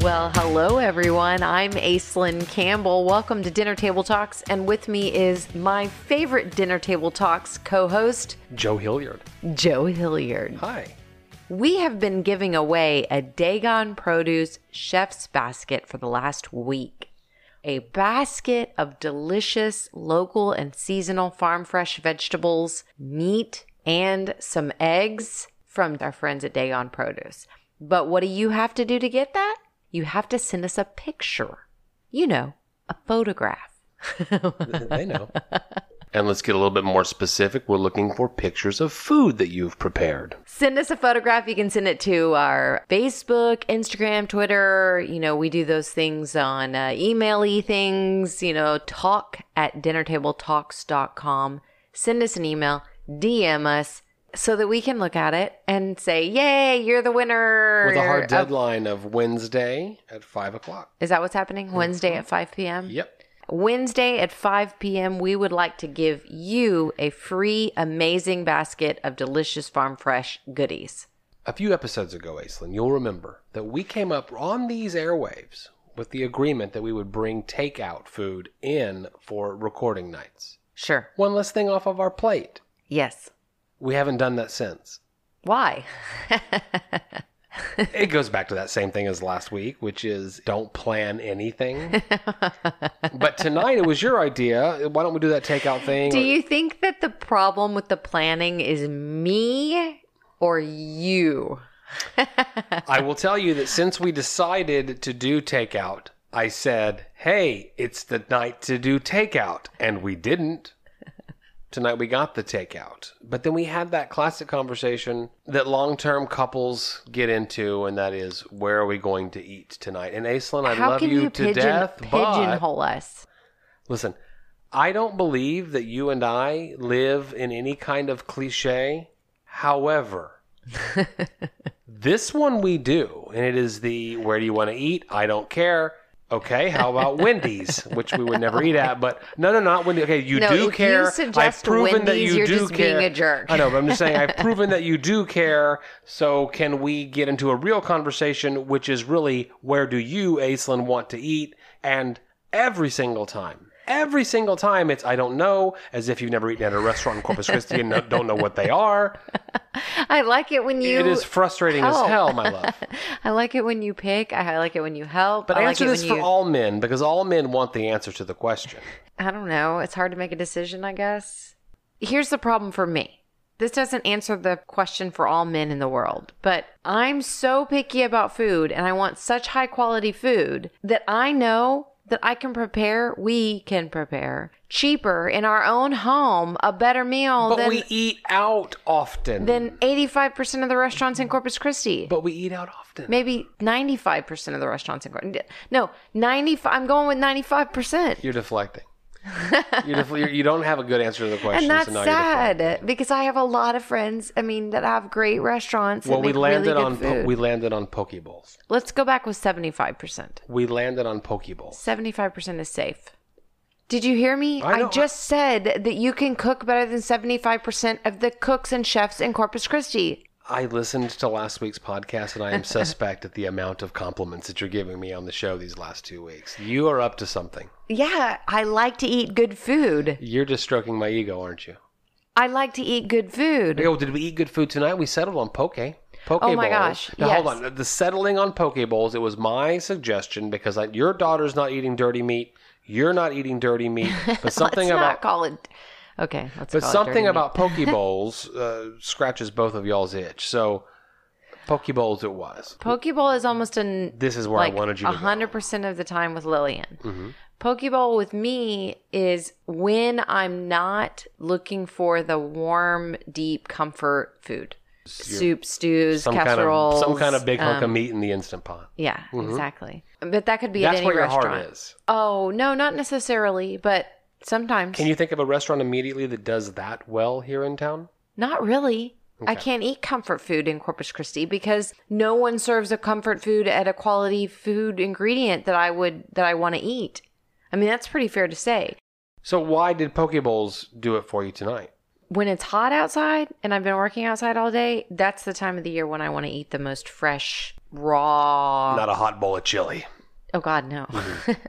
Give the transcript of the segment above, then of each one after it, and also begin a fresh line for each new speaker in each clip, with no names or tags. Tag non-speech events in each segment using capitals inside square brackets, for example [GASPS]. Well, hello everyone. I'm Aislinn Campbell. Welcome to Dinner Table Talks, and with me is my favorite Dinner Table Talks co-host,
Joe Hilliard.
Joe Hilliard.
Hi.
We have been giving away a Dagon Produce Chef's Basket for the last week. A basket of delicious local and seasonal farm fresh vegetables, meat, and some eggs from our friends at Dagon Produce. But what do you have to do to get that? You have to send us a picture. You know, a photograph. [LAUGHS]
They know.
[LAUGHS] And let's get a little bit more specific. We're looking for pictures of food that you've prepared.
send us a photograph. You can send it to our Facebook, Instagram, Twitter. You know, we do those things on uh, email y things, you know, talk at dinnertabletalks.com. Send us an email, DM us so that we can look at it and say, Yay, you're the winner.
With a
of-
hard deadline of Wednesday at 5 o'clock.
Is that what's
Mm-hmm.
happening? Wednesday at 5 p.m.?
Yep.
Wednesday at 5 p.m., we would like to give you a free, amazing basket of delicious farm fresh goodies.
A few episodes ago, Aislinn, you'll remember that we came up on these airwaves with the agreement that we would bring takeout food in for recording nights.
Sure.
One less thing off of our plate.
Yes.
We haven't done that since.
Why?
it goes back to that same thing as last week, which is don't
[LAUGHS]
plan anything. but tonight it was your idea. Why don't we do that takeout thing?
Do
or-
you think that the problem with the planning is me or you?
I will tell you that since we decided to do takeout, I said, hey, it's the night to do takeout. And we didn't. Tonight we got the takeout. But then we had that classic conversation that long term couples get into, and that is, where are we going to eat tonight? And Aislinn, I
How
love
can
you,
you,
to
pigeon,
death, but
pigeonhole us?
listen, I don't believe that you and I live in any kind of cliche.
[LAUGHS]
However, this one we do, and it is the where do you want to eat? I don't care. Okay, how about
[LAUGHS]
Wendy's, which we would never eat at? But no, no, not Wendy's. Okay, you
No, if
do
you
care.
suggest
I've proven that
Wendy's,
you
you're
do
just being
care.
a jerk.
I know, but I'm just saying
[LAUGHS]
I've proven that you do care. So can we get into a real conversation, which is really where do you, Aislinn, want to eat? And every single time, every single time, it's I don't know, as if you've never eaten at a restaurant in Corpus
[LAUGHS]
Christi and no- don't know what they are.
I like it when you.
it is frustrating
help.
as hell, my [LAUGHS] love.
I like it when you pick. I like it when you help.
But
I like
answer
it
this
when
for
you,
all men because all men want the answer to the question.
I don't know. It's hard to make a decision, I guess. Here's the problem for me. This doesn't answer the question for all men in the world, but I'm so picky about food and I want such high quality food that I know that I can prepare, we can prepare cheaper in our own home a better meal
But
than,
we eat out often.
than 85% of the restaurants in Corpus Christi
but we eat out often.
maybe 95% of the restaurants in Gordon. No, 95 I'm going with 95%. [LAUGHS]
You're deflecting. you're def- you're, you don't have a good answer to the question.
And that's
so now you're deflecting.
sad because I have a lot of friends, I mean, that have great restaurants
Well, we landed
really good
on po-
food.
we landed on pokeballs.
Let's go back with 75%.
We landed on pokeballs.
75% is safe. Did you hear me?
I
I,
know.
just said that you can cook better than 75% of the cooks and chefs in Corpus Christi.
I listened to last week's podcast, and I
[LAUGHS]
am suspect at the amount of compliments that you're giving me on the show these last two weeks. You are up to something.
Yeah, I like to eat good food.
You're just stroking my ego, aren't you?
I like to eat good food.
Oh, did we eat good food tonight? We settled on poke. Poke
Oh my
bowls.
gosh,
Now
yes.
hold on. The settling on poke bowls. It was my suggestion because I, your daughter's not eating dirty meat. You're not eating dirty
[LAUGHS]
meat. But something
let's
about
not call it. Okay, let's
But
call it
something
dirty meat. [LAUGHS]
about poke bowls uh, scratches both of y'all's itch. So poke bowls it was.
Pokeball is almost an
This is where
like
I wanted you to Mm-hmm. go.
hundred percent of the time with Lillian. Pokeball with me is when I'm not looking for the warm, deep comfort food, soup, stews,
Some kind of
casseroles,
some kind of big hunk
um,
of meat in the instant pot.
Yeah, exactly. But that could be at
That's
any
where your
restaurant.
heart is.
Oh no, not necessarily, but sometimes.
Can you think of a restaurant immediately that does that well here in town?
Not really. I can't eat comfort food in Corpus Christi because no one serves a comfort food at a quality food ingredient that I would that I want to eat. I mean, that's pretty fair to say.
So why did poke bowls do it for you tonight?
when it's hot outside and I've been working outside all day, that's the time of the year when I want to eat the most fresh, raw.
Not a hot bowl of chili.
oh God, no. [LAUGHS]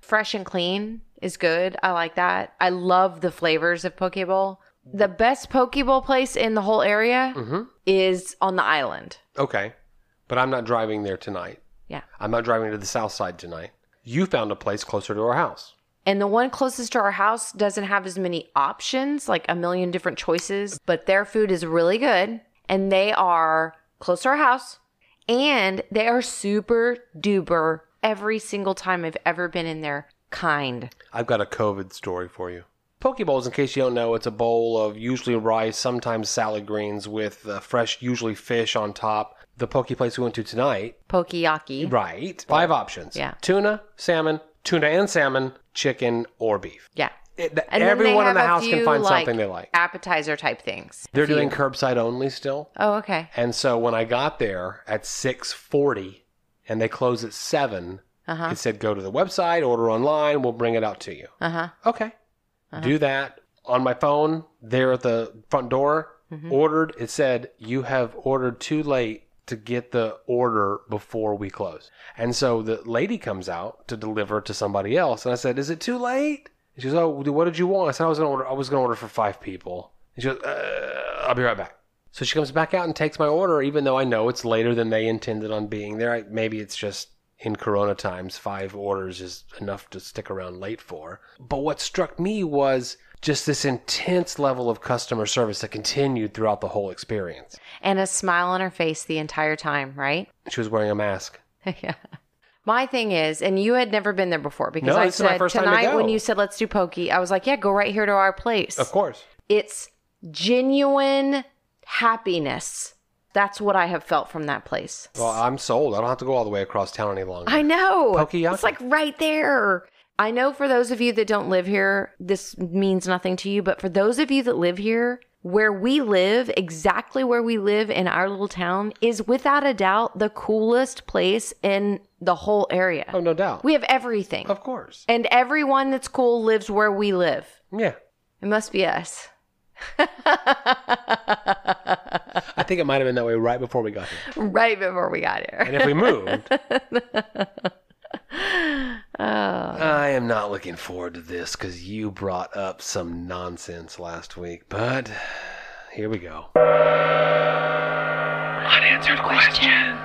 fresh and clean is good. I like that. I love the flavors of poke bowl. The best poke bowl place in the whole area is on the island.
Okay. But I'm not driving there tonight.
Yeah.
I'm not driving to the south side tonight. You found a place closer to our house.
And the one closest to our house doesn't have as many options, like a million different choices, but their food is really good. And they are close to our house and they are super duper every single time I've ever been in there kind.
I've got a COVID story for you. Poke bowls, in case you don't know, it's a bowl of usually rice, sometimes salad greens with uh, fresh, usually fish on top. The poke place we went to tonight,
Pokeyaki.
right? Five options:
Yeah.
tuna, salmon, tuna and salmon, chicken or beef.
Yeah.
It, th-
then
everyone
they
in the
have a
house can
few,
find something they like.
Appetizer type things.
They're doing curbside only still,
Oh, okay.
and so when I got there at six forty, and they close at seven,
Uh-huh.
it said go to the website, order online, we'll bring it out to you.
Uh huh.
Okay. Do that on my phone there at the front door. Ordered. It said, You have ordered too late to get the order before we close. And so the lady comes out to deliver to somebody else. And I said, Is it too late? And she goes, Oh, what did you want? I said, I was going to order. I was going to order for five people. And she goes, uh, I'll be right back. So she comes back out and takes my order, even though I know it's later than they intended on being there. I, maybe it's just in Corona times, five orders is enough to stick around late for. But what struck me was just this intense level of customer service that continued throughout the whole experience.
And a smile on her face the entire time, right?
She was wearing a mask.
[LAUGHS] yeah. My thing is, and you had never been there before because
No,
I
this is my
said
first time to
tonight
go.
when you said let's do pokey, I was like, yeah, go right here to our place.
Of course.
It's genuine happiness. That's what I have felt from that place.
Well, I'm sold. I don't have to go all the way across town any longer.
I know.
Pokeyaki.
It's like right there. I know for those of you that don't live here, this means nothing to you, but for those of you that live here, where we live, exactly where we live in our little town, is without a doubt the coolest place in the whole area.
oh, no doubt.
We have everything.
of course.
And everyone that's cool lives where we live.
Yeah.
It must be us. [LAUGHS]
I think it might have been that way right before we got here.
Right before we got here.
And if we moved. I am not looking forward to this because you brought up some nonsense last week, but here we go.
Unanswered questions.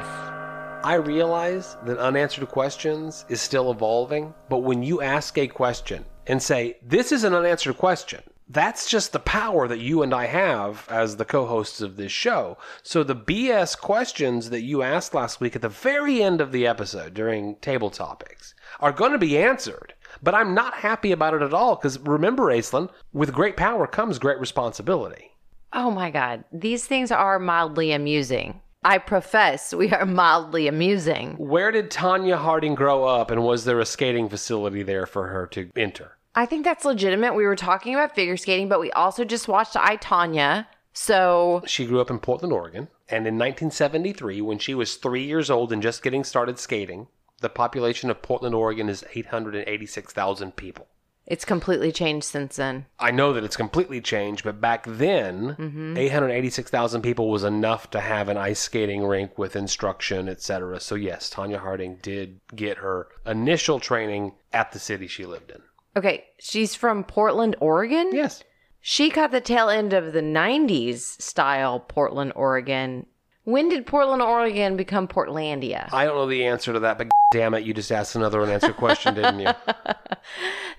I realize that unanswered questions is still evolving, but when you ask a question and say, This is an unanswered question, that's just the power that you and I have as the co hosts of this show. So the BS questions that you asked last week at the very end of the episode during table topics are going to be answered. But I'm not happy about it at all because remember, Aislinn, with great power comes great responsibility.
Oh my God. These things are mildly amusing. I profess we are mildly amusing.
Where did Tanya Harding grow up and was there a skating facility there for her to enter?
I think that's legitimate. We were talking about figure skating, but we also just watched I, Tanya. So,
She grew up in Portland, Oregon, and in 1973, when she was three years old and just getting started skating, the population of Portland, Oregon is 886,000 people.
it's completely changed since then.
I know that it's completely changed, but back then, 886,000 people was enough to have an ice skating rink with instruction, etc. So, yes, Tanya Harding did get her initial training at the city she lived in.
Okay, she's from Portland, Oregon.
Yes.
She caught the tail end of the 90s style Portland, Oregon. When did Portland, Oregon become Portlandia?
I don't know the answer to that, but [LAUGHS] damn it, you just asked another unanswered question, didn't you?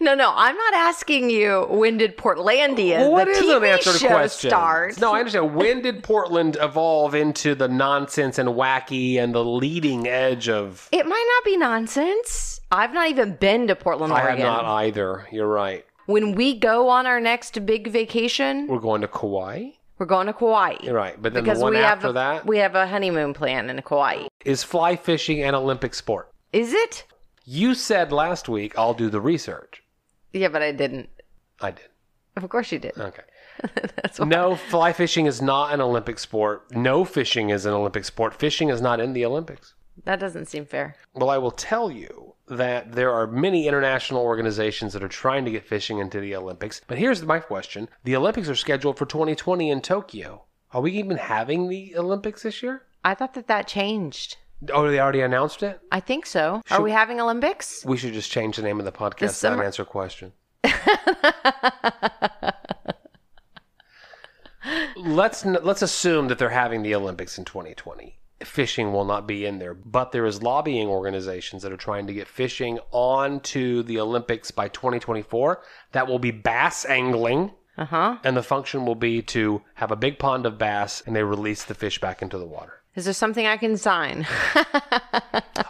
No, no, I'm not asking you when did Portlandia,
Oh, What
the
is
TV
an answer to
show,
question?
start?
No, I understand. When did Portland evolve into the nonsense and wacky and the leading edge of?
It might not be nonsense. I've not even been to Portland,
I have
Oregon.
not either. You're right.
When we go on our next big vacation,
We're going to Kauai.
we're going to Kauai.
You're right, but then
Because
the one
we have
after
a,
that is
we have a honeymoon plan in Kauai.
fly fishing an Olympic sport.
Is it?
You said last week I'll do the research.
Yeah, but I didn't.
I did.
Of course you did. [LAUGHS]
Okay.
That's why.
No, fly fishing is not an Olympic sport. No fishing is an Olympic sport. Fishing is not in the Olympics.
That doesn't seem fair.
Well, I will tell you that there are many international organizations that are trying to get fishing into the Olympics. But here's my question The Olympics are scheduled for 2020 in Tokyo. Are we even having the Olympics this year?
I thought that that changed.
Oh, they already announced it?
I think so. Are we having Olympics? [LAUGHS]
We should just change the name of the podcast
This
to
summer-
Unanswered Question. let's n- let's assume that they're having the Olympics in 2020. Fishing will not be in there, but there is lobbying organizations that are trying to get fishing onto the Olympics by 2024. That will be bass angling,
Uh huh.
and the function will be to have a big pond of bass, and they release the fish back into the water.
Is there something I can sign?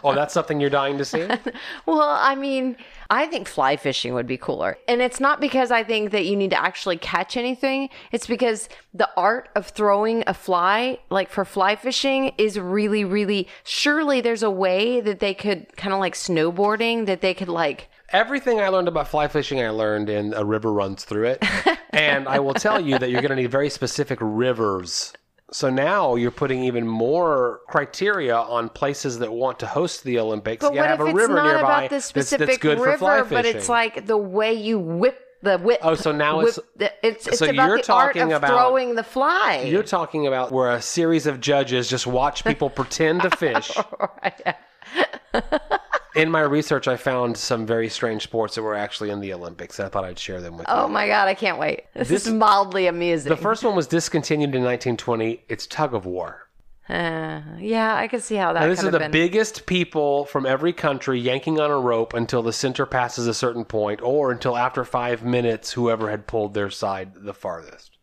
Oh, that's something you're dying to see.
[LAUGHS] Well, I mean, I think fly fishing would be cooler. And it's not because I think that you need to actually catch anything. It's because the art of throwing a fly, like for fly fishing, is really, really. Surely there's a way that they could kind of like snowboarding, that they could like.
Everything I learned about fly fishing, I learned in A River Runs
[LAUGHS]
Through It. and I will tell you that you're going to need very specific rivers. So now you're putting even more criteria on places that want to host the Olympics.
But
you
what
have
if
a
it's
river
not
nearby
about the
that's- that's
specific
good for
river,
fly
but it's
fishing.
like the way you whip the whip?
Oh, so now
whip
it's-
the- it's it's
so
about
you're
the art
talking
of
about-
throwing the fly.
You're talking about where a series of judges just watch people pretend to fish.
[LAUGHS]
in my research, I found some very strange sports that were actually in the Olympics. I thought I'd share them with you.
oh my god, I can't wait. This,
This-
is mildly amusing.
The first one was discontinued in 1920. It's tug of war.
Uh, yeah, I could see how that.
And this
could have
is the
been.
biggest people from every country yanking on a rope until the center passes a certain point or until after five minutes, whoever had pulled their side the farthest.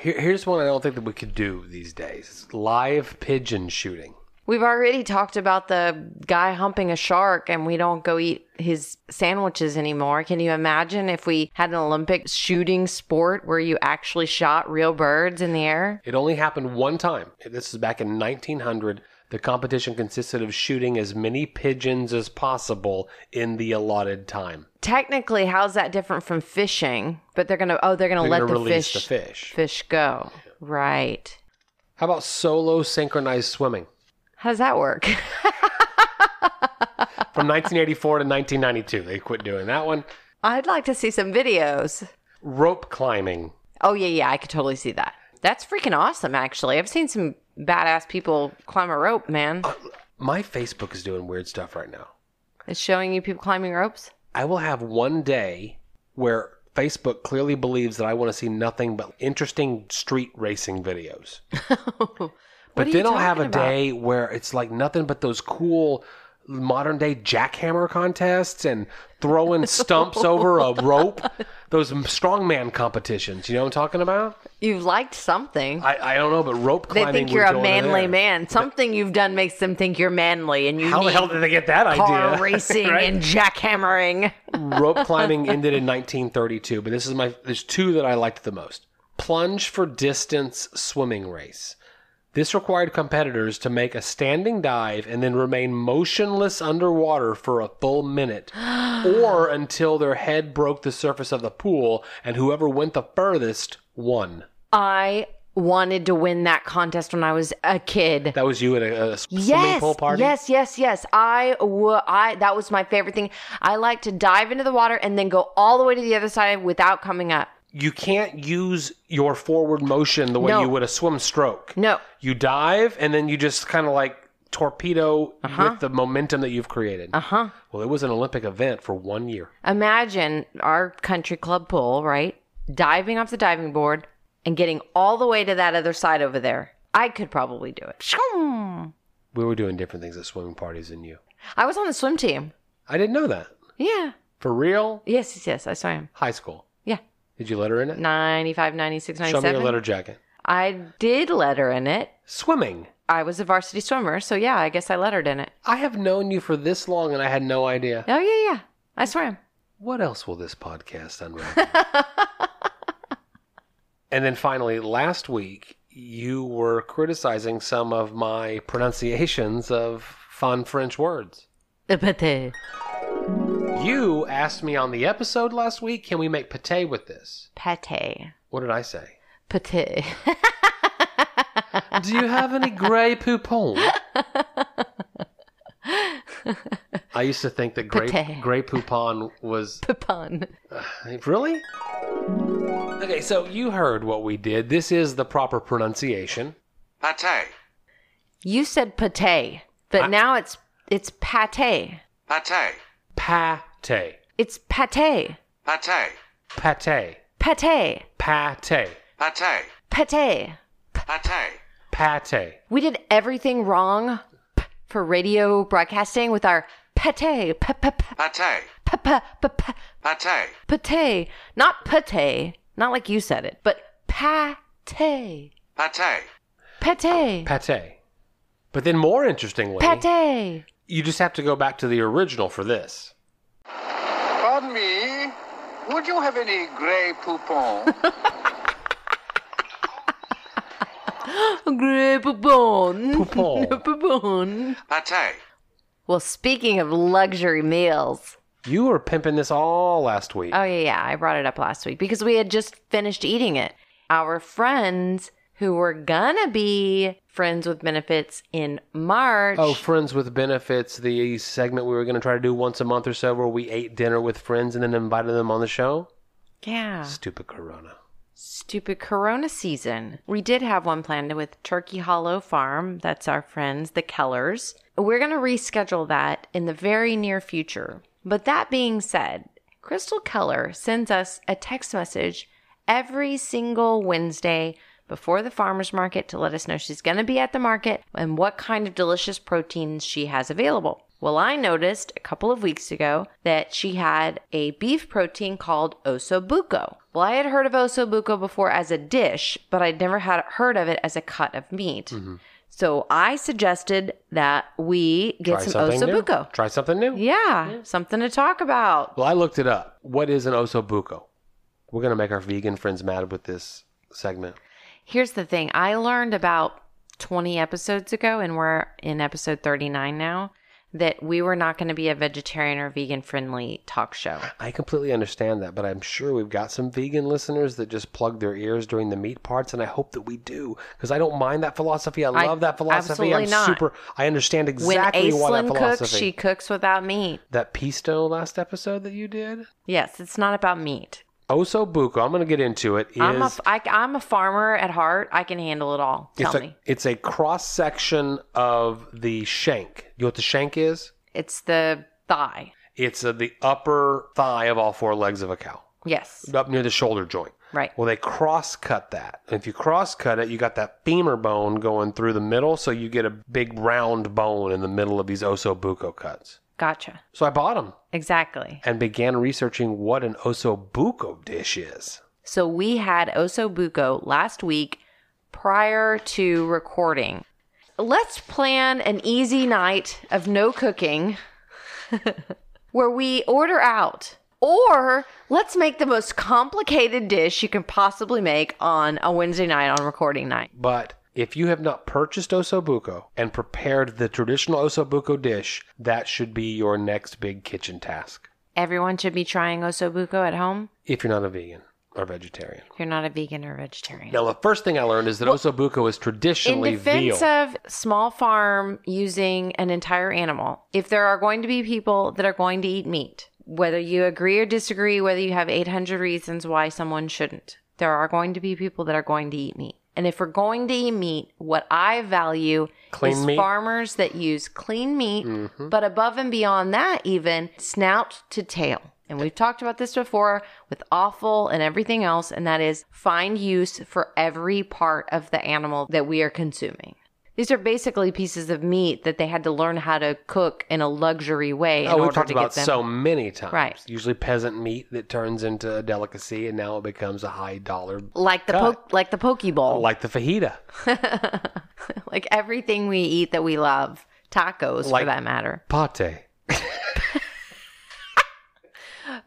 Here, here's one I don't think that we could do these days It's live pigeon shooting.
We've already talked about the guy humping a shark, and we don't go eat his sandwiches anymore. Can you imagine if we had an Olympic shooting sport where you actually shot real birds in the air?
It only happened one time. This is back in 1900. The competition consisted of shooting as many pigeons as possible in the allotted time.
Technically, how's that different from fishing? But they're gonna oh, they're gonna
They're
let
going to
the
release
fish,
the fish.
fish go right.
How about solo synchronized swimming?
How does that work? [LAUGHS]
From 1984 to 1992, they quit doing that one.
I'd like to see some videos.
rope climbing.
Oh yeah, yeah, I could totally see that. That's freaking awesome, actually. I've seen some badass people climb a rope, man.
My Facebook is doing weird stuff right now.
It's showing you people climbing ropes.
I will have one day where Facebook clearly believes that I want to see nothing but interesting street racing videos.
What
But
are
then
you
I'll have a
talking about?
day where it's like nothing but those cool modern day jackhammer contests and
[LAUGHS]
throwing stumps over a rope, those strongman competitions. You know what I'm talking about?
You've liked something.
I, I don't know, but rope
they
climbing.
think
would
you're
go
a
into
manly
there.
man. Something you've done makes them think you're manly, and you
How the
need
hell did they get that
car
[LAUGHS] idea?
racing
Right?
and jackhammering. [LAUGHS]
rope climbing ended in 1932, but this is my there's two that I liked the most. Plunge for distance swimming race. This required competitors to make a standing dive and then remain motionless underwater for a
[GASPS]
full minute or until their head broke the surface of the pool and whoever went the furthest won.
I wanted to win that contest when I was a kid.
That was you at a, a swimming
Yes,
pool party?
yes, yes, yes. I wa I that was my favorite thing. I like to dive into the water and then go all the way to the other side without coming up.
You can't use your forward motion the way
No.
you would a swim stroke.
No,
you dive and then you just kind of like torpedo with the momentum that you've created.
Uh-huh.
Uh huh. Well, it was an Olympic event for one year.
imagine our country club pool, right? Diving off the diving board and getting all the way to that other side over there. I could probably do it. Shroom.
We were doing different things at swimming parties than you.
I was on the swim team.
I didn't know that.
Yeah.
For real?
Yes, yes, yes. I saw him.
High school.
Yeah.
Did you let her in it?
95, 96,
Show me your
97.
letter jacket.
I did letter in it.
Swimming.
I was a varsity swimmer, so yeah, I guess I lettered in it.
I have known you for this long and I had no idea.
Oh yeah, yeah. I swam.
What else will this podcast unravel? and then finally, last week, you were criticizing some of my pronunciations of fun French words.
Pate.
You asked me on the episode last week, can we make pate with this?
Pate.
What did I say?
Pate.
[LAUGHS] Do you have any gray poupon? I used to think that Grey,
Potato.
Grey Poupon was
Pepin.
Really? Okay, so you heard what we did. This is the proper pronunciation.
Pate.
You said pate, but
I-
now it's it's pate.
Pate.
Pate.
It's pate.
Pate.
Pate.
Pate.
Pate.
Pate.
Pate.
Pate.
Pate.
We did everything wrong p- for radio broadcasting with our pate, p- p- p-
Pate.
p- p- p- p-
Pate.
pate, not pate, not like you said it, but pate,
Pate.
pate,
Pate. But then, more interestingly,
pate.
you just have to go back to the original for this.
Pardon me. Would you have any grey poupon?
[LAUGHS]
Grey Poupon.
Poupon.
Poupon.
Pate.
Well, speaking of luxury meals,
you were pimping this all last week.
oh yeah, yeah, I brought it up last week because we had just finished eating it. Our friends who were gonna be friends with benefits in March.
Oh, Friends with Benefits, the segment we were going to try to do once a month or so where we ate dinner with friends and then invited them on the show.
yeah.
Stupid Corona.
Stupid Corona season. We did have one planned with Turkey Hollow Farm. That's our friends, the Kellers. We're going to reschedule that in the very near future. But that being said, Crystal Keller sends us a text message every single Wednesday before the farmer's market to let us know she's going to be at the market and what kind of delicious proteins she has available. Well, I noticed a couple of weeks ago that she had a beef protein called osobuco. Well, I had heard of osobuco before as a dish, but I'd never had heard of it as a cut of meat.
Mm-hmm.
So I suggested that we get some
new.
osobuco.
Try something new.
Yeah, something to talk about.
Well, I looked it up. What is an osobuco? We're going to make our vegan friends mad with this segment.
Here's the thing I learned about 20 episodes ago, and we're in episode 39 now, that we were not going to be a vegetarian or vegan friendly talk show.
I completely understand that, but I'm sure we've got some vegan listeners that just plug their ears during the meat parts, and I hope that we do because I don't mind that philosophy. I
I-
love that philosophy.
absolutely
I'm
not.
super. I understand
When
exactly what that
Aislinn
philosophy.
cooks, she cooks without meat.
That pisto last episode that you did.
Yes, it's not about meat.
Osobuco. I'm going to get into it. Is
I'm a, I, I'm a farmer at heart. I can handle it all. Tell
it's a,
me.
it's a cross section of the shank. You know what the shank is?
It's the thigh.
It's uh, the upper thigh of all four legs of a cow,
Yes.
up near the shoulder joint.
Right.
Well, they cross cut that. And if you cross cut it, you got that femur bone going through the middle, so you get a big round bone in the middle of these osobuco cuts.
Gotcha.
So I bought them
Exactly.
and began researching what an osobuco dish is.
So we had Osobuco last week prior to recording. Let's plan an easy night of no cooking [LAUGHS] where we order out. Or let's make the most complicated dish you can possibly make on a Wednesday night on recording night.
But if you have not purchased osobuco and prepared the traditional osobuco dish, that should be your next big kitchen task
Everyone should be trying Osobuco at home
if you're not a vegan or vegetarian.
if you're not a vegan or vegetarian.
Now, the first thing I learned is that osobuco is
In
traditionally
defense
veal.
of small farm using an entire animal, if there are going to be people that are going to eat meat, whether you agree or disagree, whether you have 800 reasons why someone shouldn't, there are going to be people that are going to eat meat. And if we're going to eat meat, what I value
Clean
is
meat? Mm-hmm.
farmers that use clean meat, but above and beyond that, even snout to tail. And we've talked about this before with offal and everything else, and that is find use for every part of the animal that we are consuming. These are basically pieces of meat that they had to learn how to cook in a luxury way. In
oh,
order
we've talked
to
about
get them.
so many times.
Right.
Usually peasant meat that turns into a delicacy, and now it becomes a high dollar,
like the
Cut.
poke, like the poke bowl, like,
like the fajita,
[LAUGHS] everything we eat that we love, tacos for
Like-
that matter.
pate.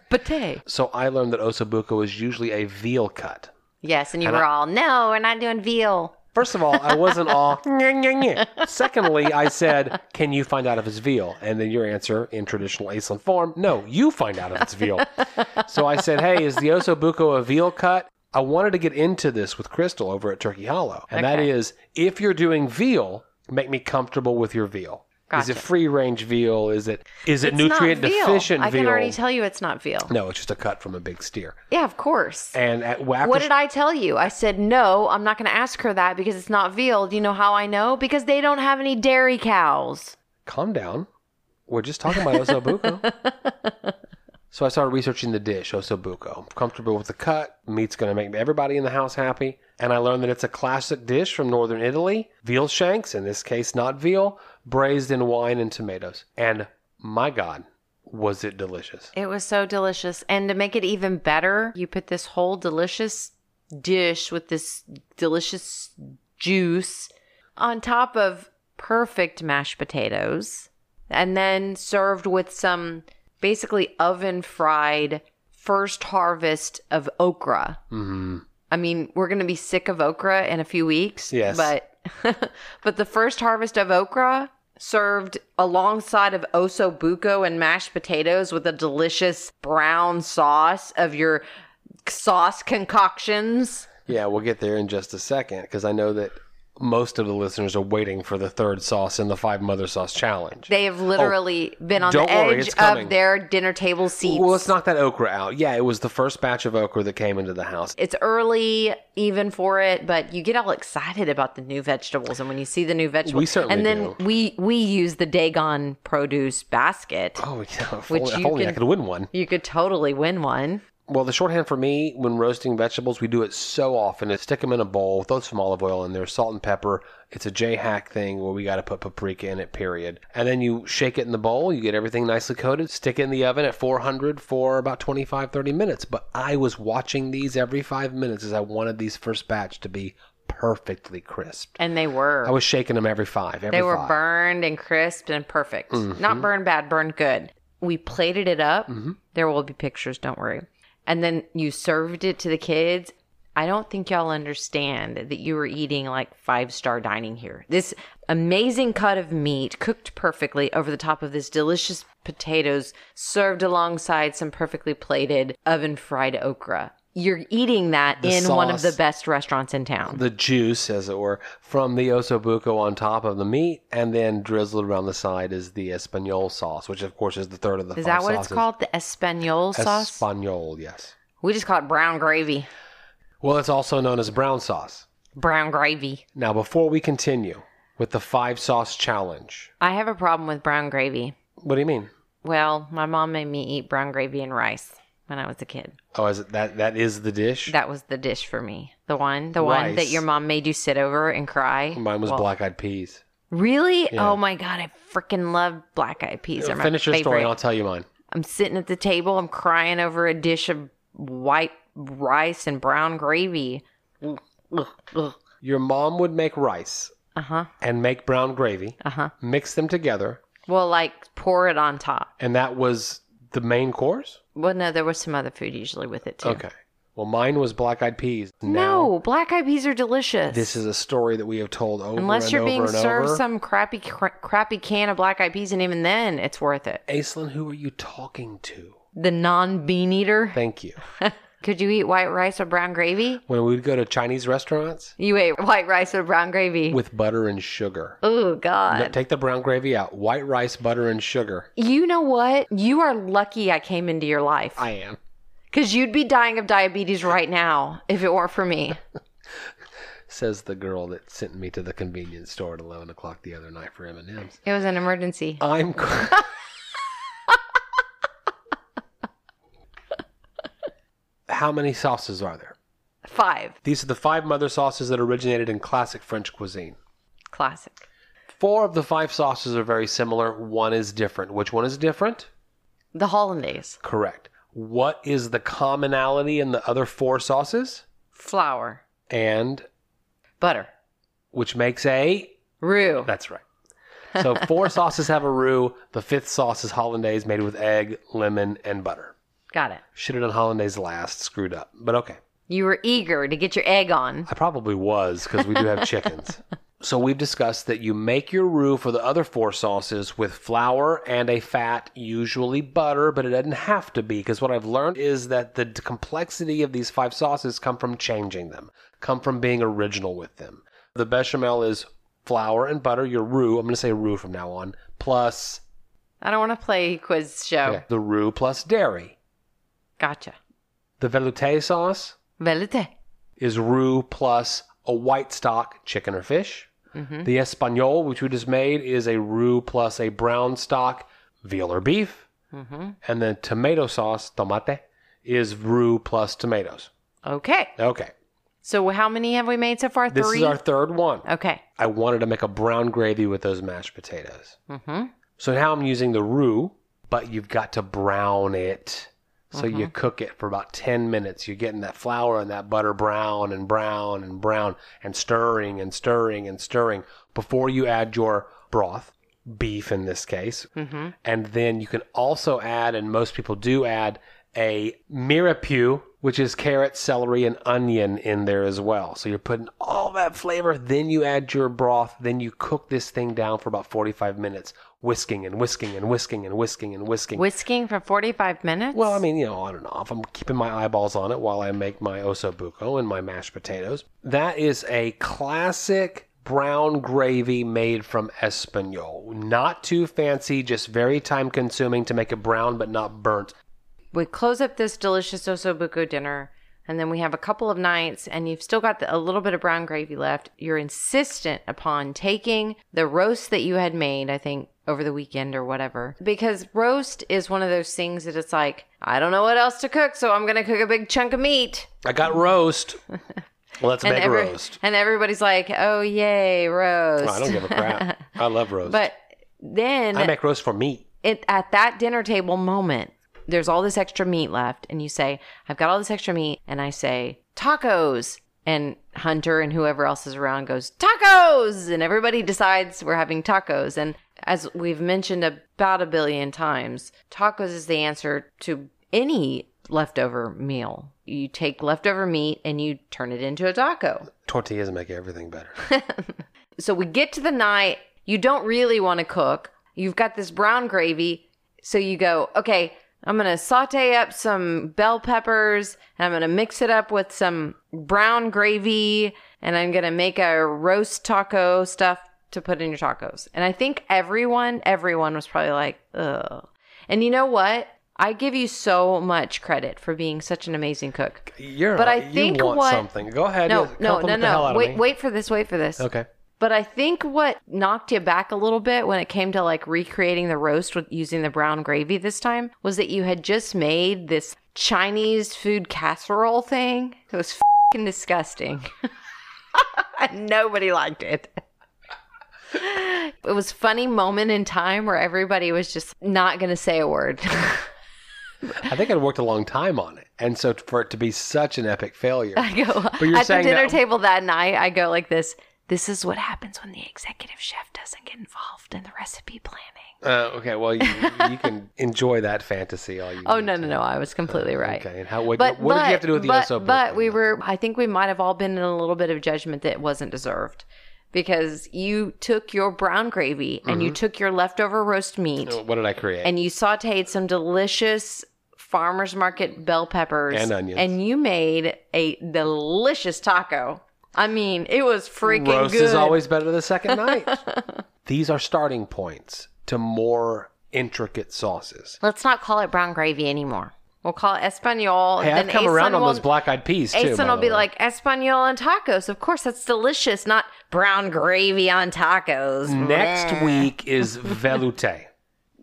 Pate.
So I learned that osobuco is usually a veal cut.
Yes, and you
And
were
I-
all no, we're not doing veal.
First of all, I
[LAUGHS]
wasn't all. "Nyeh, nyeh, nyeh." Secondly, I said, "Can you find out if it's veal?" And then your answer in traditional Iceland form, "No, you find out if
[LAUGHS]
it's veal." so I said, "Hey, is the osobuco a veal cut?" I wanted to get into this with Crystal over at Turkey Hollow, and that
Okay.
is, if you're doing veal, make me comfortable with your veal. Is
Gotcha.
it free range veal? Is it is it
It's not
nutrient
veal.
deficient
I
veal?
can already tell you it's not veal.
no, it's just a cut from a big steer.
Yeah, of course.
And at after
What did I tell you? I said, no, I'm not going to ask her that because it's not veal. Do you know how I know? Because they don't have any dairy cows.
calm down. We're just talking about osobuco. [LAUGHS] so I started researching the dish osobuco. I'm comfortable with the cut. Meat's going to make everybody in the house happy. And I learned that it's a classic dish from northern Italy. Veal shanks, in this case not veal, braised in wine and tomatoes. And my God, was it delicious!
It was so delicious. And to make it even better, you put this whole delicious dish with this delicious juice on top of perfect mashed potatoes and then served with some basically oven fried first harvest of okra.
Mm-hmm.
I mean, we're going to be sick of okra in a few weeks.
Yes.
But [LAUGHS] but the first harvest of okra served alongside of osobuco and mashed potatoes with a delicious brown sauce of your sauce concoctions.
Yeah, we'll get there in just a second because I know that most of the listeners are waiting for the third sauce in the five mother sauce challenge.
They have literally been on
Oh, don't
the
worry,
edge
it's coming.
of their dinner table seats.
Well, let's knock that okra out. Yeah, it was the first batch of okra that came into the house.
it's early even for it, but you get all excited about the new vegetables, and when you see the new vegetables,
We certainly
and then
do.
we we use the Dagon produce basket.
Oh, [LAUGHS] yeah. If
Which
only, if
you
only I
can-
could win one.
You could totally win one.
Well, the shorthand for me when roasting vegetables, we do it so often is stick them in a bowl, throw some olive oil in there, salt and pepper. It's a J hack thing where we got to put paprika in it, period. And then you shake it in the bowl, you get everything nicely coated, stick it in the oven at 400 for about 25, 30 minutes. But I was watching these every five minutes as I wanted these first batch to be perfectly crisp.
And they were.
I was shaking them every five. Every
they were
five.
burned and crisp and perfect.
Mm-hmm.
Not burned bad, burned good. We plated it up. There will be pictures, don't worry. And then you served it to the kids. I don't think y'all understand that you were eating like five star dining here. This amazing cut of meat cooked perfectly over the top of this delicious potatoes served alongside some perfectly plated oven fried okra. You're eating that
The
in one of the
sauce.
best restaurants in town.
the juice, as it were, from the osobuco on top of the meat, and then drizzled around the side is the espanol sauce, which of course is the third of the.
Is
five
that what it's
sauces.
called? The Espanol sauce?
Espanol, yes.
We just call it brown gravy.
Well, it's also known as brown sauce.
Brown gravy.
Now, before we continue with the five sauce challenge,
I have a problem with brown gravy.
what do you mean?
Well, my mom made me eat brown gravy and rice when I was a kid.
Oh, is it that that is the dish?
That was the dish for me. The one, the one that
Rice.
your mom made you sit over and cry.
Mine was
Well,
black eyed peas.
Really?
Yeah.
Oh my god, I freaking love black eyed peas. They're my
Finish your
favorite.
story, and I'll tell you mine.
I'm sitting at the table. I'm crying over a dish of white rice and brown gravy. Uh
Your mom would make rice
huh.
and make brown gravy,
Uh huh.
mix them together,
Well, like pour it on top.
and that was the main course.
Well, no, there was some other food usually with it too.
Okay. Well, mine was black eyed peas. Now,
No, black eyed peas are delicious.
This is a story that we have told over
unless
and
you're
over
being
and
served
over.
some crappy cra- crappy can of black eyed peas, and even then, it's worth it.
Aislinn, who are you talking to?
The non bean eater. [LAUGHS]
Thank you.
Could you eat white rice or brown gravy?
When we'd go to Chinese restaurants
You ate white rice or brown gravy.
with butter and sugar.
oh
No,
God.
take the brown gravy out. White rice, butter, and sugar.
you know what? You are lucky I came into your life
I am.
because you'd be dying of diabetes right now if it weren't for me.
Says the girl that sent me to the convenience store at eleven o'clock the other night for M and M's.
It was an emergency.
I'm.
[LAUGHS]
go- How many sauces are there?
Five
These are the five mother sauces that originated in classic French cuisine.
classic.
Four of the five sauces are very similar. One is different. Which one is different?
The hollandaise,
Correct. What is the commonality in the other four sauces?
flour,
And
butter,
which makes a.
roux.
That's right. So four sauces have a roux. The fifth sauce is hollandaise made with egg, lemon, and butter.
Got it.
Should have done hollandaise last. Screwed up. But okay.
You were eager to get your egg on.
I probably was because we do have chickens. So we've discussed that you make your roux for the other four sauces with flour and a fat, usually butter, but it doesn't have to be because what I've learned is that the d- complexity of these five sauces come from changing them, come from being original with them. The bechamel is flour and butter, your roux. I'm going to say roux from now on, plus
I don't want to play quiz show.
okay, the roux plus dairy.
Gotcha.
The velouté sauce
Velite.
is roux plus a white stock chicken or fish. The espagnole, which we just made, is a roux plus a brown stock veal or beef. And the tomato sauce, tomate, is roux plus tomatoes.
Okay.
Okay.
So how many have we made so far?
This
Three.
is our third one.
okay.
I wanted to make a brown gravy with those mashed potatoes.
Mm-hmm.
So now I'm using the roux, but you've got to brown it. So you cook it for about 10 minutes. You're getting that flour and that butter brown and brown and brown and stirring and stirring and stirring before you add your broth, beef in this case. Mm-hmm. And then you can also add, and most people do add, a mirapew, which is carrot, celery, and onion in there as well. So you're putting all that flavor, then you add your broth, then you cook this thing down for about 45 minutes, whisking and whisking and whisking and whisking and whisking.
Whisking for 45 minutes?
well, I mean, you know, on and off. I'm keeping my eyeballs on it while I make my osobuco and my mashed potatoes. That is a classic brown gravy made from espanol. Not too fancy, just very time consuming to make it brown but not burnt.
we close up this delicious osobuco dinner and then we have a couple of nights and you've still got the, a little bit of brown gravy left you're insistent upon taking the roast that you had made i think over the weekend or whatever because roast is one of those things that it's like i don't know what else to cook so i'm gonna cook a big chunk of meat
I
[LAUGHS]
got roast. Let's make
every-
roast.
and everybody's like oh yay roast [LAUGHS]
Oh, I don't give a crap. I love roast.
but then
I make roast for meat.
it, at that dinner table moment, there's all this extra meat left, and you say, I've got all this extra meat, and I say, tacos. And Hunter and whoever else is around goes, tacos! And everybody decides we're having tacos. And as we've mentioned about a billion times, tacos is the answer to any leftover meal. You take leftover meat and you turn it into a taco.
Tortillas make
[LAUGHS]
everything better.
So we get to the night. You don't really want to cook. You've got this brown gravy. So you go, okay, I'm going to saute up some bell peppers and I'm going to mix it up with some brown gravy and I'm going to make a roast taco stuff to put in your tacos. And I think everyone, everyone was probably like, ugh. And you know what? I give you so much credit for being such an amazing cook.
You're,
But I
you
think
want
what-
something. Go ahead.
No,
Just
no, no,
compliment the hell
no.
out of
Wait,
me.
wait for this. Wait for this.
Okay.
But I think what knocked you back a little bit when it came to like recreating the roast with using the brown gravy this time was that you had just made this Chinese food casserole thing. It was fing disgusting. [LAUGHS] And Nobody liked it. It was funny moment in time where everybody was just not going to say a word. [LAUGHS]
I think I'd worked a long time on it. And so for it to be such an epic
[LAUGHS]
failure.
I go
you're
at the
saying
dinner
that-
table that night. I go like this. This is what happens when the executive chef doesn't get involved in the recipe planning.
Uh, okay, well, you, you can [LAUGHS] enjoy that fantasy all you
Oh
need
no,
to.
no, no! I was completely right.
Okay, and how, what,
But
what
but,
did you have to do with the
but,
Oso
But we were. I think we might have all been in a little bit of judgment that wasn't deserved because you took your brown gravy and
Mm-hmm.
you took your leftover roast meat
What did I create?
and you sautéed some delicious farmers market bell peppers
And onions.
and you made a delicious taco. I mean, it was freaking
Roast
good.
is always better the
[LAUGHS]
second night. These are starting points to more intricate sauces.
Let's not call it brown gravy anymore. We'll call it espanol.
Hey, I've
then
come around
Asan
on
will-
those black-eyed peas too. by
Asen will
the
be
way.
like espanol and tacos. Of course, that's delicious. Not brown gravy on tacos.
Next
[LAUGHS]
week is velouté.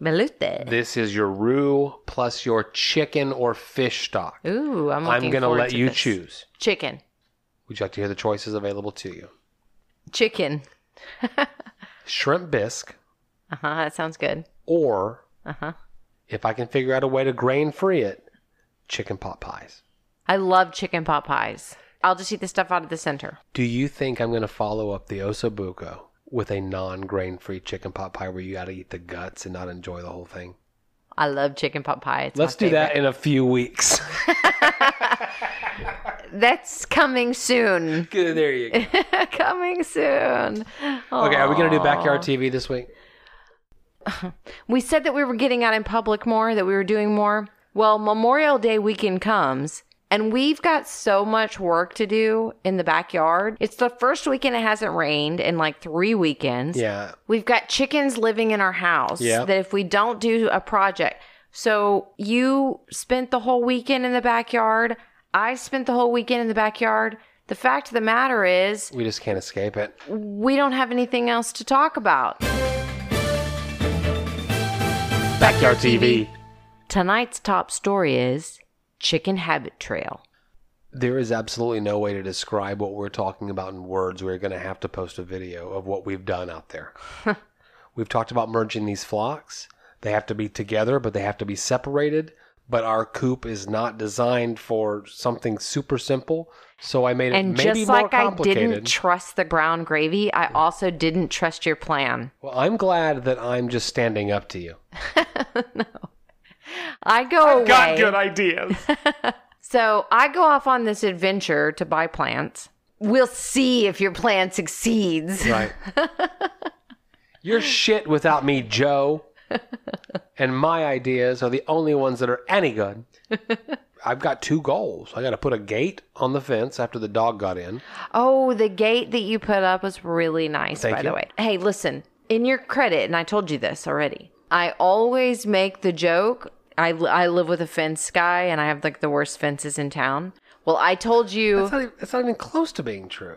Melute.
This is your roux plus your chicken or fish stock.
Ooh, I'm.
I'm
looking
going to
forward
let
to
you
this.
choose.
Chicken,
Would you like to hear the choices available to you?
chicken.
Shrimp bisque,
Uh huh. That sounds good.
or
Uh huh.
if I can figure out a way to grain free it, chicken pot pies.
I love chicken pot pies. I'll just eat the stuff out of the center.
Do you think I'm going to follow up the osobuco with a non grain free chicken pot pie where you got to eat the guts and not enjoy the whole thing?
I love chicken pot pie. It's my
Let's do that in a few weeks.
favorite. That's coming soon.
[LAUGHS]
[LAUGHS]
Good, there you go.
coming soon.
Okay, are we going to do
back?
backyard TV this week?
We said that we were getting out in public more, that we were doing more. Well, Memorial Day weekend comes, And we've got so much work to do in the backyard. It's the first weekend it hasn't rained in like three weekends.
Yeah.
We've got chickens living in our house
Yeah.
that if we don't do a project. So you spent the whole weekend in the backyard. I spent the whole weekend in the backyard. The fact of the matter is,
We just can't escape it.
we don't have anything else to talk about.
Backyard
TV. Tonight's top story is Chicken Habit Trail.
There is absolutely no way to describe what we're talking about in words. We're going to have to post a video of what we've done out there.
[LAUGHS]
we've talked about merging these flocks. They have to be together, but they have to be separated. But our coop is not designed for something super simple, so I made it
And
maybe
just
more
like I
complicated.
didn't trust the ground gravy, I also didn't trust your plan.
well, I'm glad that I'm just standing up to you.
I go away.
ideas.
So I go off on this adventure to buy plants. We'll see if your plan succeeds.
Right. You're shit without me, Joe. And my ideas are the only ones that are any good. I've got two goals. I got to put a gate on the fence after the dog got in.
Oh, the gate that you put up was really nice,
Thank
by
you.
the way. Hey, listen, in your credit, and I told you this already, I always make the joke I, I live with a fence guy and I have like the worst fences in town. Well, I told you
That's not, even, that's not even close to being true.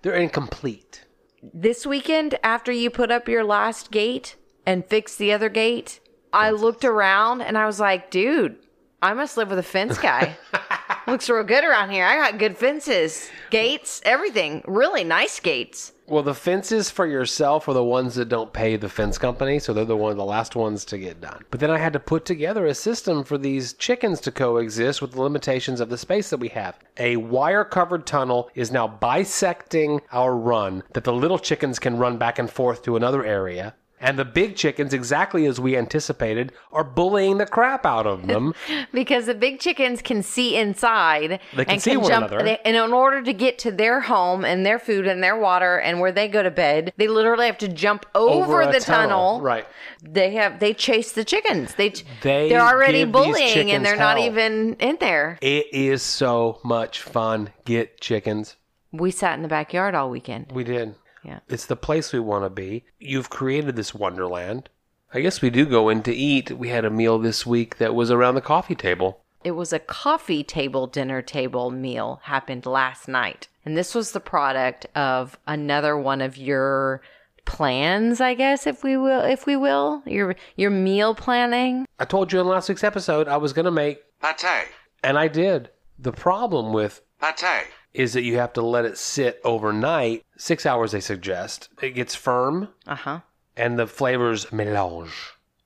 They're incomplete.
this weekend after you put up your last gate and fixed the other gate, I looked around and I was like, dude, I must live with a
[LAUGHS]
fence guy. Looks real good around here. I got good fences, gates, everything. Really nice gates.
Well, the fences for yourself are the ones that don't pay the fence company, so they're the one the last ones to get done. But then I had to put together a system for these chickens to coexist with the limitations of the space that we have. A wire-covered tunnel is now bisecting our run that the little chickens can run back and forth to another area. And the big chickens, exactly as we anticipated, are bullying the crap out of them.
Because the big chickens can see inside
They can see one another.
they- and in order to get to their home and their food and their water and where they go to bed, they literally have to jump [LAUGHS] over,
a
the tunnel.
Right.
They have they chase the chickens. They,
They
they are already
give these
bullying
chickens
and they're not
hell.
even in there.
It is so much fun. Get chickens.
We sat in the backyard all weekend.
We did.
Yeah.
It's the place we want to be. You've created this wonderland. I guess we do go in to eat. We had a meal this week that was around the coffee table.
It was a coffee table dinner table meal happened last night. And this was the product of another one of your plans, I guess if we will if we will. Your your meal planning.
I told you in last week's episode I was going to make,
pate,
and I did. The problem with
pate,
is that you have to let it sit overnight. Six hours, they suggest. It gets firm,
Uh-huh.
and the flavors mélange.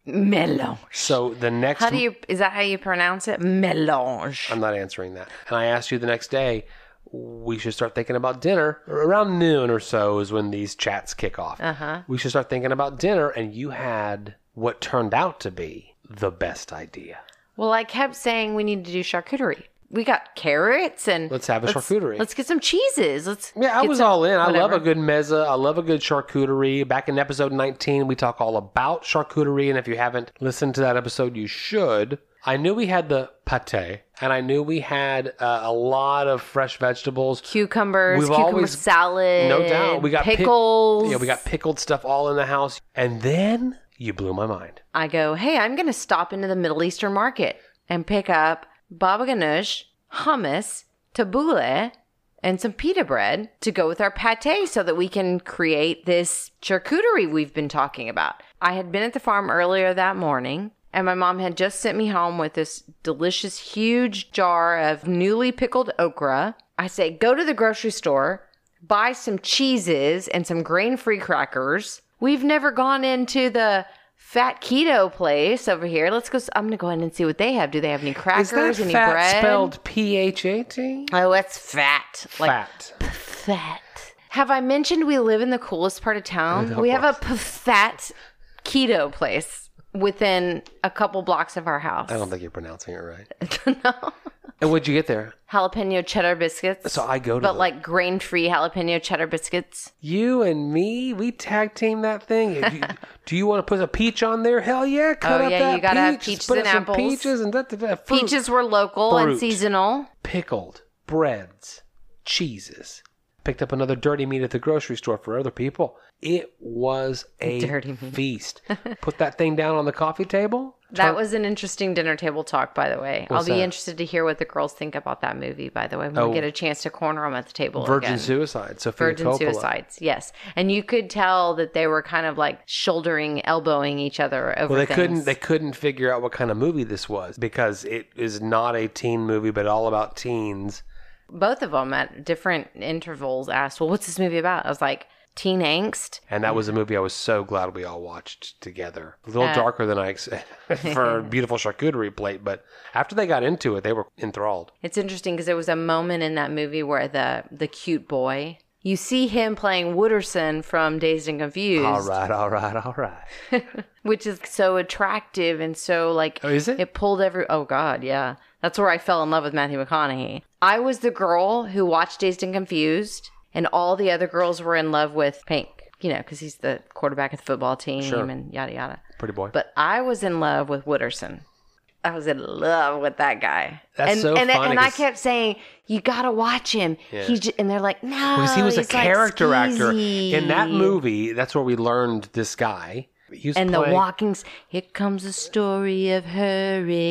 Melange.
So the next
How do you is that how you pronounce it? Melange.
I'm not answering that. And I asked you the next day, we should start thinking about dinner. Around noon or so is when these chats kick off.
Uh-huh.
We should start thinking about dinner. And you had what turned out to be the best idea.
Well, I kept saying we need to do charcuterie. We got carrots and
Let's have a charcuterie.
Let's get some cheeses. Let's
Yeah, I
get
was
some-
all in. I love
whatever.
a good mezza. I love a good charcuterie. Back in episode 19, we talk all about charcuterie. And if you haven't listened to that episode, you should. I knew we had the pate, and I knew we had uh, a lot of fresh vegetables.
cucumbers,
We've
cucumber
always-
salad.
No doubt. We got pic-
pickles.
yeah, we got pickled stuff all in the house. And then you blew my mind.
I go, hey, I'm going to stop into the Middle Eastern market and pick up baba ganoush, hummus, tabbouleh, and some pita bread to go with our pate so that we can create this charcuterie we've been talking about. I had been at the farm earlier that morning. And my mom had just sent me home with this delicious, huge jar of newly pickled okra. I say, go to the grocery store, buy some cheeses and some grain free crackers. We've never gone into the fat keto place over here. Let's go. s- I'm going to go in and see what they have. Do they have any crackers, any
fat
bread?
spelled P H A T?
oh, it's fat. Like
Fat.
fat. Have I mentioned we live in the coolest part of town? we have a p- fat keto place within a couple blocks of our house.
I don't think you're pronouncing it right.
[LAUGHS] no.
[LAUGHS] And what'd you get there?
Jalapeno cheddar biscuits.
So I go to
But
the-
like grain free jalapeno cheddar biscuits.
You and me, we tag team that thing.
[LAUGHS]
If you- do you want to put a peach on there? Hell yeah! Cut
Oh,
up
yeah,
that
you gotta have
peach.
peaches
put
and
up some
apples.
peaches and da, da, da, fruit.
Peaches were local and
Fruit.
seasonal.
pickled breads, cheeses. Picked up another dirty meat at the grocery store for other people. It was a
Dirty meat. [LAUGHS]
feast. Put that thing down on the coffee table.
That was an interesting dinner table talk, by the way.
What's
I'll be
that?
interested to hear what the girls think about that movie, by the way, when
Oh.
we get a chance to corner them at the table.
Virgin
again.
suicide. Sophia
Virgin
Coppola.
suicides, yes. And you could tell that they were kind of like shouldering, elbowing each other over
Well, they
things.
couldn't. They couldn't figure out what kind of movie this was because it is not a teen movie, but all about teens.
Both of them at different intervals asked, Well, what's this movie about? I was like, Teen angst.
And that was a movie I was so glad we all watched together. A little
Uh,
darker than I ex- [LAUGHS]
[LAUGHS]
for a beautiful charcuterie plate, but after they got into it, they were enthralled.
It's interesting because there was a moment in that movie where the the cute boy, you see him playing Wooderson from Dazed and Confused,
All right, all right, all right.
which is so attractive and so like
Oh, is it?
It pulled every oh god, yeah. That's where I fell in love with Matthew McConaughey. I was the girl who watched Dazed and Confused, and all the other girls were in love with Pink, you know, because he's the quarterback of the football team
Sure.
and yada yada.
Pretty boy.
But I was in love with Wooderson. I was in love with that guy.
That's
and,
so
and,
funny
And I
'cause-
kept saying, "You gotta watch him."
Yeah.
He j- and they're like, "No,"
because he was a
he's, oh, like,
character actor
skeezy."
in that movie. That's where we learned this guy. He was
And the
playing-
walkings. Here comes the story of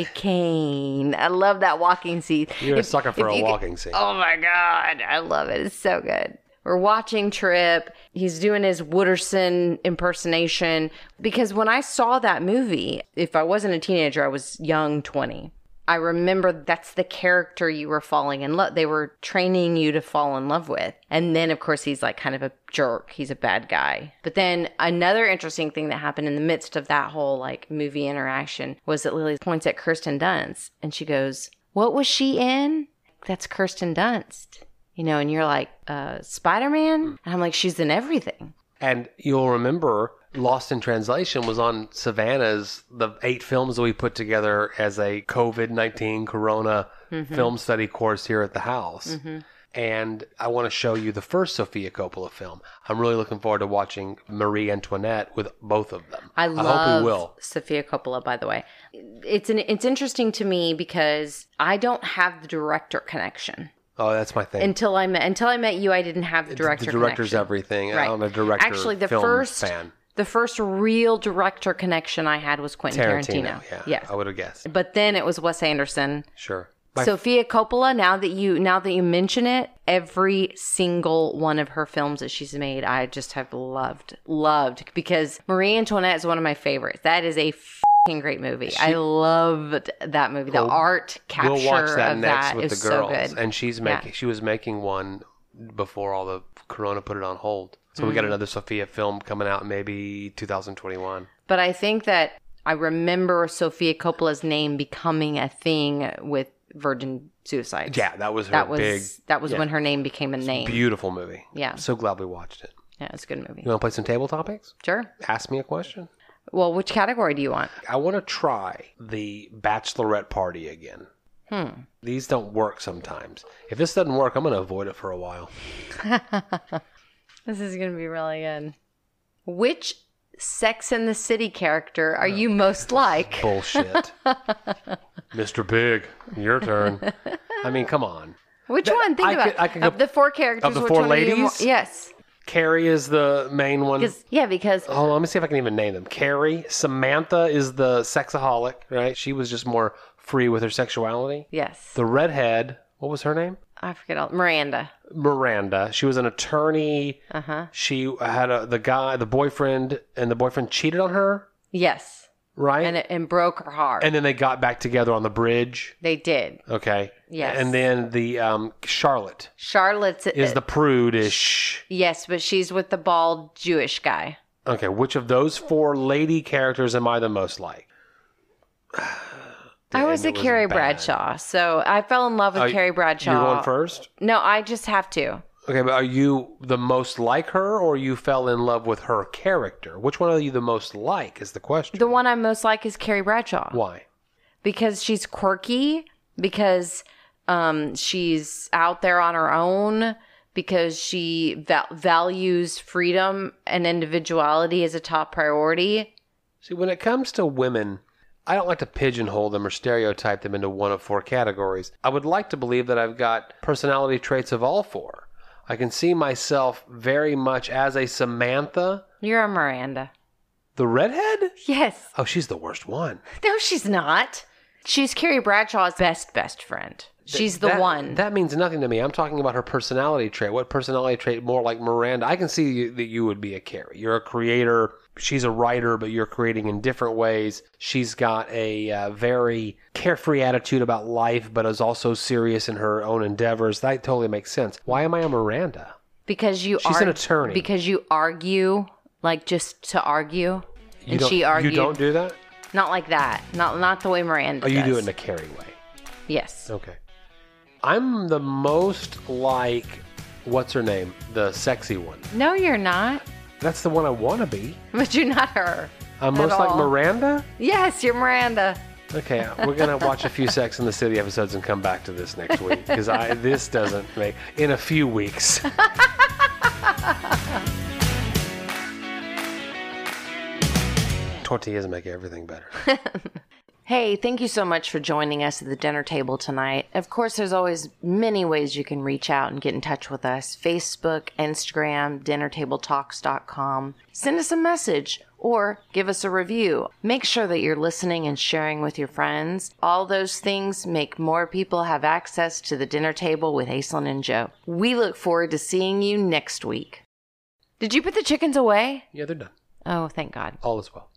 hurricane. I love that walking scene.
You're a
If-
sucker for
if
a
you could-
walking scene.
Oh my god, I love it. It's so good. We're watching Trip. He's doing his Wooderson impersonation because when I saw that movie, if I wasn't a teenager, I was young 20. I remember that's the character you were falling in love. They were training you to fall in love with. And then of course he's like kind of a jerk. He's a bad guy. But then another interesting thing that happened in the midst of that whole like movie interaction was that Lily points at Kirsten Dunst and she goes, "What was she in?" that's Kirsten Dunst. You know, and you're like, uh, Spider
Hmm.
Man? And I'm like, she's in everything.
And you'll remember Lost in Translation was on Savannah's, the eight films that we put together as a COVID 19 Corona
Mm-hmm.
film study course here at the house. And I want to show you the first Sophia Coppola film. I'm really looking forward to watching Marie Antoinette with both of them.
I love
hope we will.
Sophia Coppola, by the way. It's an it's interesting to me because I don't have the director connection.
Oh, that's my thing.
Until I met until I met you, I didn't have the director
the director's
connection.
everything.
Right.
I'm a director.
Actually, the
film
first
fan.
the first real director connection I had was Quentin Tarantino.
Tarantino. Yeah.
Yes.
I would have guessed.
But then it was Wes Anderson.
Sure. My
Sophia Coppola. Now that you now that you mention it, every single one of her films that she's made, I just have loved, loved because Marie Antoinette is one of my favorites. That is a fing great movie. I loved that movie. The
Cool.
art capture
we'll watch that
of
next
that
with
is
the
so
girls.
good.
And she's
Yeah.
making she was making one before all the corona put it on hold. So
Mm-hmm.
we got another Sophia film coming out in maybe 2021.
But I think that I remember Sophia Coppola's name becoming a thing with Virgin Suicides.
Yeah, that was her
That was
big
that was
yeah.
when her name became a name.
beautiful movie.
Yeah.
So glad we watched it.
yeah, it's a good movie.
You want to play some table topics?
Sure.
Ask me a question.
Well, which category do you want?
I want to try the bachelorette party again.
Hmm.
These don't work sometimes. If this doesn't work, I'm going to avoid it for a while.
This is going to be really good. Which Sex and the City character are you most like?
Bullshit.
[LAUGHS]
Mr. Big, your turn. I mean, come on.
Which
That-
one? Think
I
about
could- I could
of
go-
the four characters.
of the
which
four
one are you more-
ladies? Mm.
yes,
Carrie is the main one.
because yeah, because
Hold on, let me see if I can even name them. Carrie, Samantha is the sexaholic, right? She was just more free with her sexuality.
yes,
The redhead, what was her name?
I forget all Miranda.
Miranda. She was an attorney.
Uh huh.
She had a, the guy, the boyfriend, and the boyfriend cheated on her,
Yes,
right?
and
And,
it, and broke her heart.
then they got back together on the bridge.
they did.
Okay.
Yes.
And then the um, Charlotte
Charlotte's uh,
is the prudish.
yes, but she's with the bald Jewish guy.
Okay, which of those four lady characters am I the most like?
I was a
Damn, it
Carrie
bad.
Bradshaw, so I fell in love with
Oh,
Carrie Bradshaw.
You're going first?
No, I just have to.
Okay, but are you the most like her or you fell in love with her character? Which one are you the most like is the question.
The one I most like is Carrie Bradshaw.
Why?
because she's quirky because Um, she's out there on her own because she val- values freedom and individuality as a top priority.
See, when it comes to women, I don't like to pigeonhole them or stereotype them into one of four categories. I would like to believe that I've got personality traits of all four. I can see myself very much as a Samantha,
You're a Miranda.
the redhead.
Yes.
Oh, she's the worst one.
No, she's not. She's Carrie Bradshaw's best best friend. She's the
That-
one.
That means nothing to me. I'm talking about her personality trait. What personality trait more like Miranda? I can see you, that you would be a Carrie. You're a creator. She's a writer, but you're creating in different ways. She's got a uh, very carefree attitude about life, but is also serious in her own endeavors. That totally makes sense. Why am I a Miranda?
because you
She's an
arg-
attorney.
Because you argue like just to argue,
You
and
don't-
she argued
You don't do that?
not like that. Not not the way Miranda.
Oh, you
does.
do it in a Carrie way.
Yes.
Okay. I'm the most like, what's her name? The sexy one.
No, you're not.
That's the one I want to be.
But you're not her.
I'm
At
most like
all.
Miranda.
Yes, you're Miranda. [LAUGHS]
Okay, we're gonna watch a few Sex in the City episodes and come back to this next week because I this doesn't make in a few
[LAUGHS]
weeks. Tortillas make
[LAUGHS]
everything better.
Hey, thank you so much for joining us at the dinner table tonight. Of course, there's always many ways you can reach out and get in touch with us Facebook, Instagram, dinnertabletalks.com. Send us a message or give us a review. Make sure that you're listening and sharing with your friends. All those things make more people have access to the dinner table with Aislinn and Joe. We look forward to seeing you next week. Did you put the chickens away?
Yeah, they're done.
Oh, thank God.
All is well.